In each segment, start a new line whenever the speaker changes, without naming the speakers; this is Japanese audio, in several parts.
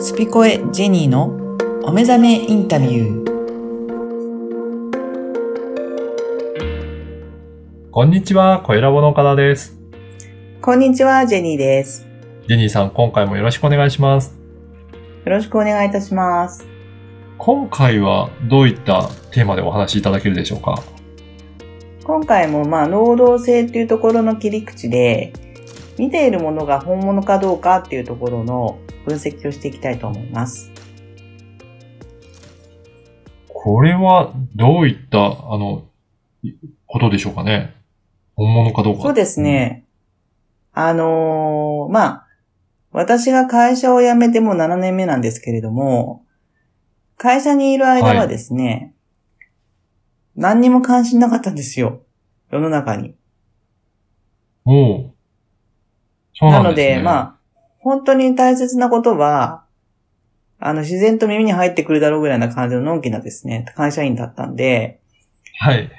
スピコエジェニーのお目覚めインタビュー。
こんにちは、小ラボの岡田です。
こんにちは、ジェニーです。
ジェニーさん、今回もよろしくお願いします。
よろしくお願いいたします。
今回はどういったテーマでお話しいただけるでしょうか
今回もまあ、能動性っていうところの切り口で、見ているものが本物かどうかっていうところの分析をしていきたいと思います。
これはどういった、あの、いことでしょうかね本物かどうか。
そうです。ね。あのーまあ、私が会社を辞めてもう7年目なんですけれども、会社にいる間はですね、何にも関心なかったんですよ。世の中に。
おうそう
な
なん
の
です、ね。
で、まあ、本当に大切なことは、あの、自然と耳に入ってくるだろうぐらいな感じののんきなですね、会社員だったんで、
はい。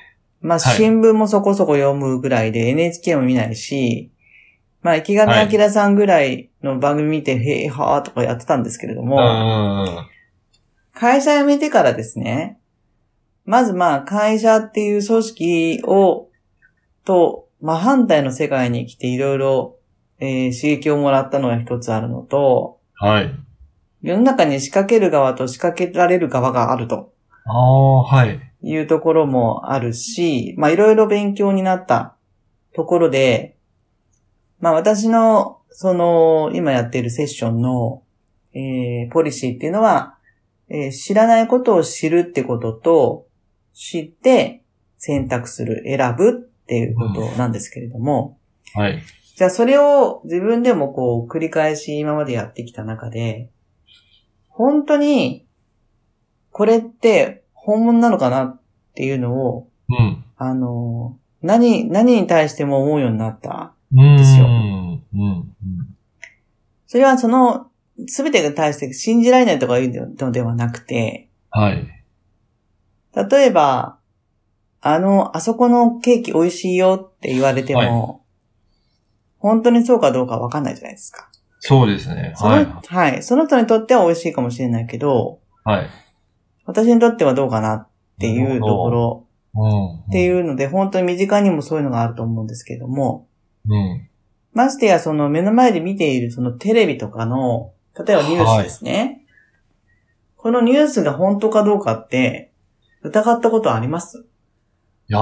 まあ、
はい
新聞もそこそこ読むぐらいで NHK も見ないし、まあ、池上彰さんぐらいの番組見て、へーはーとかやってたんですけれど
うん
も、会社辞めてからですね、まずまあ、会社っていう組織を、と、真反対の世界に来ていろいろ、えー刺激をもらったのが一つあるのと、
はい。
世の中に仕掛ける側と仕掛けられる側があると
ああ、はい。
いうところもあるし、まあいろいろ勉強になったところで、まあ私のその今やっているセッションの、えーポリシーっていうのは、えー知らないことを知るってことと、知って選択する、選ぶっていうことなんですけれども、
はい。
じゃあそれを自分でもこう繰り返し今までやってきた中で、本当にこれって本物なのかなっていうのを、
うん。
あの、何、何に対しても思うようになった。
うん。
ですよ
うん。うん。
それはその全てに対して信じられないとかいうのではなくて、
はい。
例えば、あの、あそこのケーキ美味しいよって言われても、本当にそうかどうかわかんないじゃないですか。
そうですね。
その、
は
はいい、。その人にとっては美味しいかもしれないけど、
はい。
私にとってはどうかなっていうところ
ろ
って
う
い
ん。
うので、本当に身近にもそういうのがあると思うんですけれども、
うん。
ましてやその目の前で見ているそのテレビとかの、例えばニュースですね。このニュースが本当かどうかって、疑ったことあります
いや、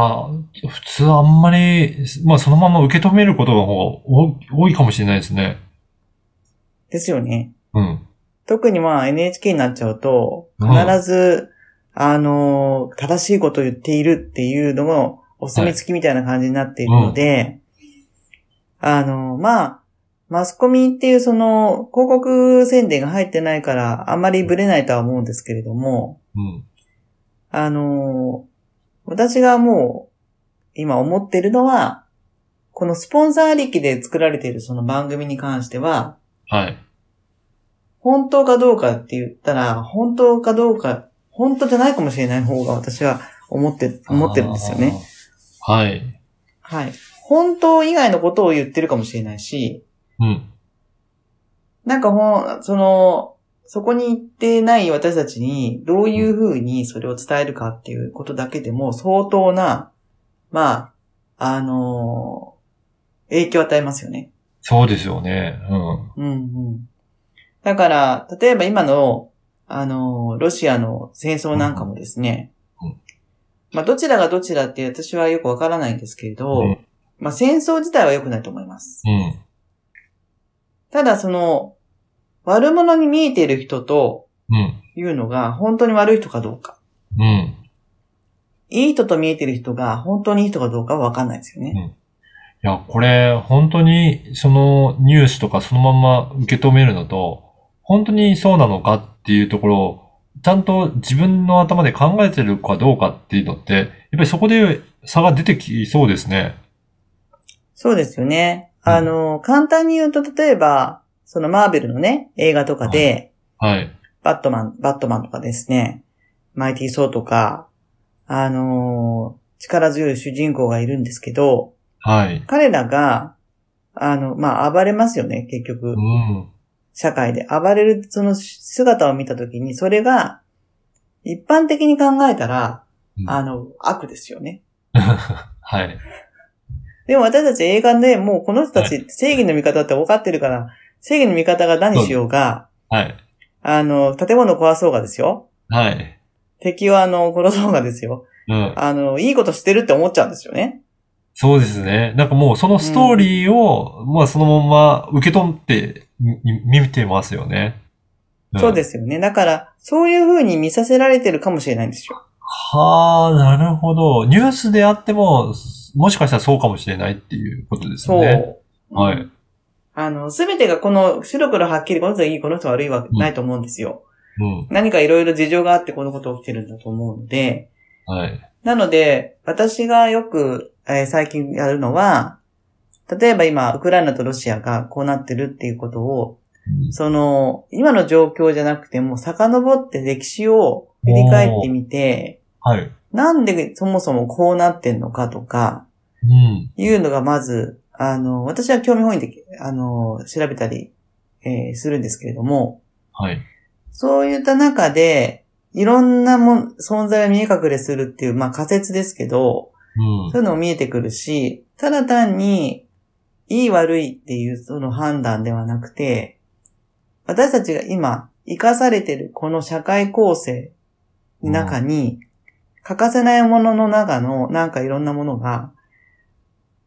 普通あんまり、まあそのまま受け止めることの方が多多いかもしれないですね。
ですよね。
うん。
特にまあ NHK になっちゃうと、
う
必
ん
ず、あのー、正しいことを言っているっていうのも、お墨付きみたいな感じになっているので、あのー、まあ、マスコミっていうその、広告宣伝が入ってないから、あまりブレないとは思うんですけれども、
うん。
あのー、私がもう、今思ってるのは、このスポンサー力で作られているその番組に関しては、
はい。
本当かどうかって言ったら、本当かどうか、本当じゃないかもしれない方が私は思って、思ってるんですよね。
あー。はい。
はい。本当以外のことを言ってるかもしれないし、
うん。
なんかほん、その、そこに行ってない私たちにどういうふうにそれを伝えるかっていうことだけでも相当な、まあ、あの影響を与えますよね。
そうですよね。うん。
うんうん。だから、例えば今の、あの、ロシアの戦争なんかもですね
うんう、
まあ、どちらがどちらって私はよくわからないんですけれど、
うん
まあ、戦争自体は良くないと思います。
うん。
ただ、その、悪者に見えている人と
うん。
いうのが本当に悪い人かどうか、
うん。
いい人と見えている人が本当にいい人かどうかはわかんないですよね。
いや、これ、本当に、そのニュースとかそのまま受け止めるのと、本当にそうなのかっていうところを、ちゃんと自分の頭で考えてるかどうかっていうのって、やっぱりそこで差が出てきそうですね。
そうですよね。
うん
あの、簡単に言うと、例えば、そのマーベルのね、映画とかで、
はい。
バットマン、バットマンとかですね、マイティー・ソーとか、あのー力強い主人公がいるんですけど、
はい。
彼らが、あの、まあ、暴れますよね、結局
う。ん。
社会で暴れるその姿を見たときに、それが、一般的に考えたら、
うん
あの、悪ですよね。
はい。
でも私たち映画でもうこの人たち正義の味方って分かってるから、正義の味方が何しようが、
はい。
あの、建物壊そうがですよ。
はい。
敵はあの、殺そうがですよ。
うん。
あの、いいことしてるって思っちゃうんですよね。
そうですね。なんかもうそのストーリーを、まあそのまま受け取ってみ、み見てますよね。。
そうですすよね。だから、そういう風に見させられてるかもしれないんですよ。
はあ、なるほど。ニュースであっても、もしかしたらそうかもしれないっていうことです
そう。
ね。はい。
あの、すべてがこの、白黒はっきり、この人がいい、この人が悪いわけないと思うんですよ。
うん。
何かいろいろ事情があってこのこと起きてるんだと思うので、
はい。
なので、私がよく、えー最近やるのは、例えば今、ウクライナとロシアがこうなってるっていうことを、
うん
その、今の状況じゃなくても、遡って歴史を振り返ってみて、
はい。
なんでそもそもこうなってんのかとか、
うん。
いうのがまず、あの、私は興味本位で、あの、調べたり、えーするんですけれども、
はい。
そういった中で、いろんなもん、存在が見え隠れするっていう、まあ仮説ですけど、
うん
そう。いうのも見えてくるし、ただ単に、いい悪いっていうその判断ではなくて、私たちが今、生かされてるこの社会構成の中に、欠かせないものの中の、なんかいろんなものが、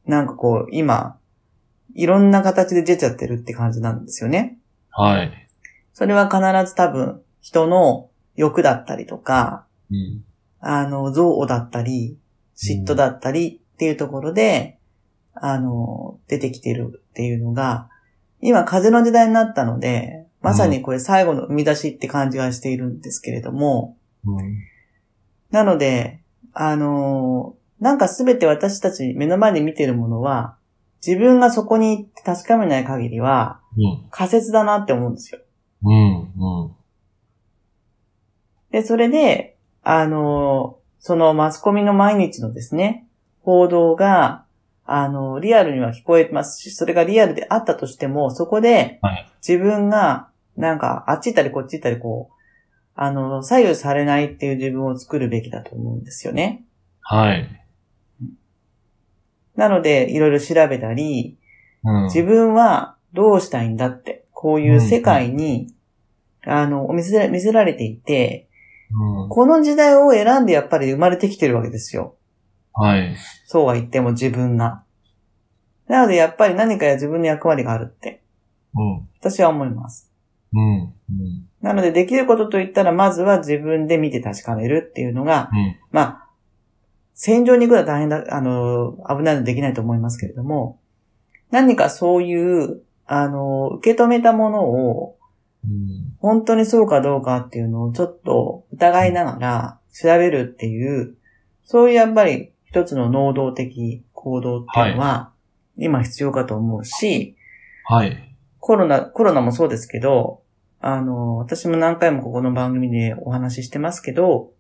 なんかこう、今、いろんな形で出ちゃってるって感じなんですよね。
はい。
それは必ず多分、人の欲だったりとか、
うん。
あの、憎悪だったり、嫉妬だったりっていうところで、あの、出てきてるっていうのが、今風の時代になったので、まさにこれ最後の生み出しって感じがしているんですけれども、
うん。
なので、あの、なんかすべて私たち目の前で見てるものは、自分がそこに行って確かめない限りは、
うん。
仮説だなって思うんですよ。
うん。うん。
で、それで、あの、そのマスコミの毎日のですね、報道が、あの、リアルには聞こえてますし、それがリアルであったとしても、そこで
はい、
自分が、なんか、あっち行ったりこっち行ったり、こう、あの、左右されないっていう自分を作るべきだと思うんですよね。
はい。
なので、いろいろ調べたり、
うん。
自分はどうしたいんだって、こういう世界に、あの、見せ見せられていて、
うん。
この時代を選んでやっぱり生まれてきてるわけですよ。
はい。
そうは言っても自分が。なのでやっぱり何かや自分の役割があるって、
うん。
私は思います。
うん。うん。
なのでできることといったら、まずは自分で見て確かめるっていうのが、
うん。
まあ、戦場に行くのは大変だ、あの、危ないのでできないと思いますけれども、何かそういう、あの、受け止めたものを、
うん。
本当にそうかどうかっていうのをちょっと疑いながら調べるっていう、そういうやっぱり一つの能動的行動っていうのは今必要かと思うし、
はい。
コロナ、コロナもそうですけど、あの、私も何回もここの番組でお話ししてますけど、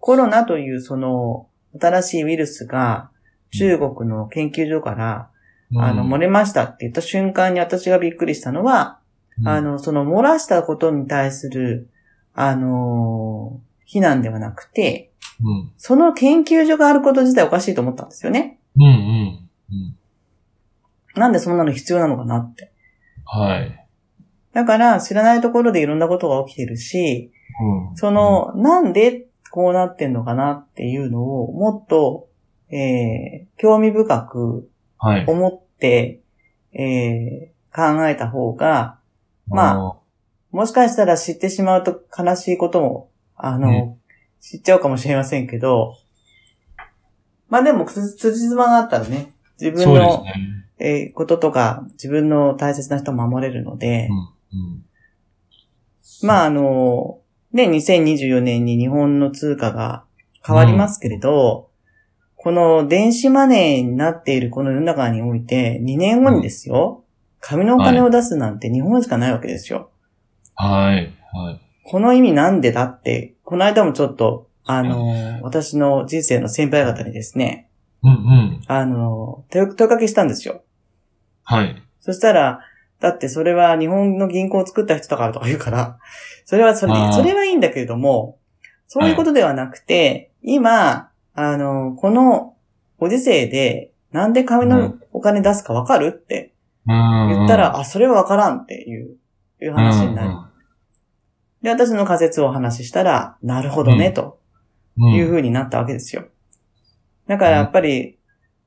コロナというその新しいウイルスが中国の研究所から、あの、漏れましたって言った瞬間に私がびっくりしたのは、
うん、
あの、その漏らしたことに対する、あのー非難ではなくて、
うん。
その研究所があること自体おかしいと思ったんですよね。
うん。うん。うん。
なんでそんなの必要なのかなって。
はい。
だから、知らないところでいろんなことが起きてるし、
うん。
その、なんでこうなってんのかなっていうのを、もっと、えー、興味深く
うん、はい。
思って、えー、考えた方が、まあ
あ
もしかしたら知ってしまうと悲しいことも、あの、
ね
知っちゃうかもしれませんけど、まあでも、つ辻褄があったらね、自
ー。
分
そうです
の、
ね。
えーこととか、自分の大切な人を守れるので、
うん。
まああの、ね、2024年に日本の通貨が変わりますけれど、この電子マネーになっているこの世の中において、2年後にですよ、紙のお金を出すなんて日本しかないわけですよ。
はい。はい。
この意味なんでだって、この間もちょっと、あの、私の人生の先輩方にですね、
うん。うん。
あの、問い問いかけしたんですよ。
はい。
そしたら、だってそれは日本の銀行を作った人だからとか言うから、それはそれ
あ、ー
それはいいんだけれども、そういうことではなくて、今、あの、このご時世で、なんで紙
う
の
ん
お金出すかわかるって
うん。
言ったら、あ、それはわからんっていう、いう
うん、
話になる。で、私の仮説をお話ししたら、なるほどね、
うん
と
うん。
いう風になったわけですよ。だからやっぱり、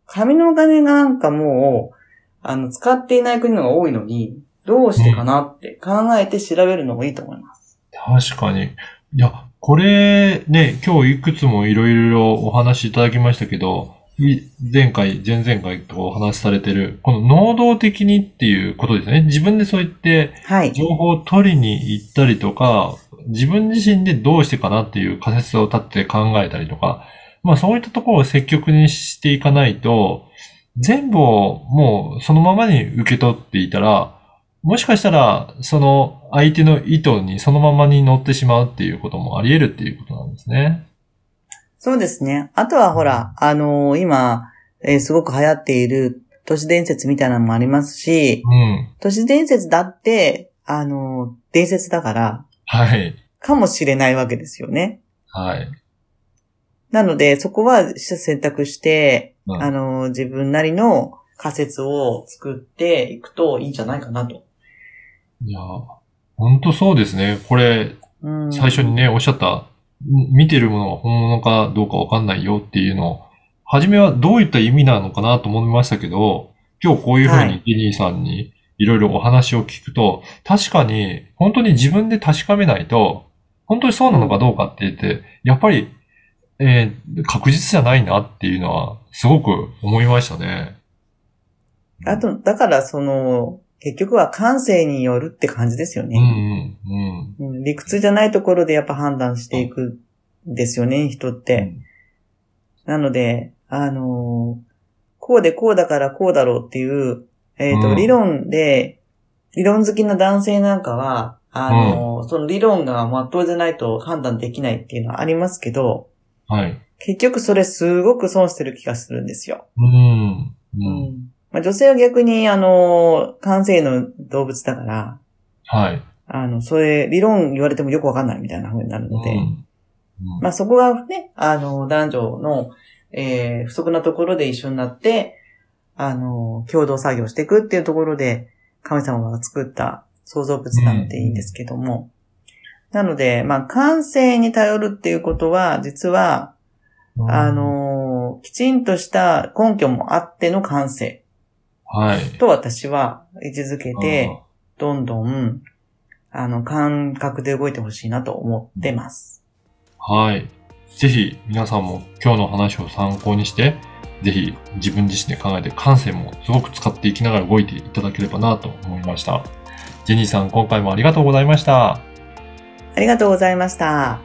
紙のお金がなんかもう、あの、使っていない国の方が多いのに、どうしてかなって考えて調べるのもいいと思います。
確かに。いや、これね、今日いくつもいろいろお話しいただきましたけど、い前回、前々回とお話しされてる、この能動的にっていうことですね。自分でそう言って
はい。
情報を取りに行ったりとか、自分自身でどうしてかなっていう仮説を立てて考えたりとか、まあそういったところを積極にしていかないと、全部をもうそのままに受け取っていたら、もしかしたらその相手の意図にそのままに乗ってしまうっていうこともあり得るっていうことなんですね。
そうですね。あとはほら、あのー今、えーすごく流行っている都市伝説みたいなのもありますし、
うん。
都市伝説だって、あのー伝説だから、
はい。
かもしれないわけですよね。
はい。
なので、そこは選択して、
うん
あの、自分なりの仮説を作っていくといいんじゃないかなと。
いや、ほんとそうですね。これ、
うん
最初に。ね、おっしゃった、ん見てるものは本物かどうかわかんないよっていうのを、初めはどういった意味なのかなと思いましたけど、今日こういうふう
は
に
い
ギニーさんにいろいろお話を聞くと、確かに本当に自分で確かめないと、本当にそうなのかどうかって言って、やっぱり、えー確実じゃないなっていうのは、すごく思いましたね。
あと、だから、その、結局は感性によるって感じですよ
うん
ね、
うんうん。
うん理屈じゃないところでやっぱ判断していくんですよね、人って。なので、あのーこうでこうだからこうだろうっていう、えっ、と、
うん
理論で、理論好きな男性なんかは、あのーその理論がまっとうじゃないと判断できないっていうのはありますけど、
はい。
結局それすごく損してる気がするんですよ。
うん。うん。
ん。まあ、女性は逆に、あのー感性の動物だから、
はい。
あの、それ、理論言われてもよくわかんないみたいな風になるので、
うんうん
まあそこがね、あの、男女の、えー不足なところで一緒になって、あの、共同作業していくっていうところで、神様が作った創造物なのでいいんですけども。なので、まあ感性に頼るっていうことは、実は、
うん
あ、の、きちんとした根拠もあっての感性
はい。
と私は位置づけ
うん
て、どんどん、あの、感覚で動いてほしいなと思ってます。
はい。ぜひ皆さんも今日の話を参考にして、ぜひ自分自身で考えて感性もすごく使っていきながら動いていただければなと思いました。ジェニーさん、今回もありがとうございました。
ありがとうございました。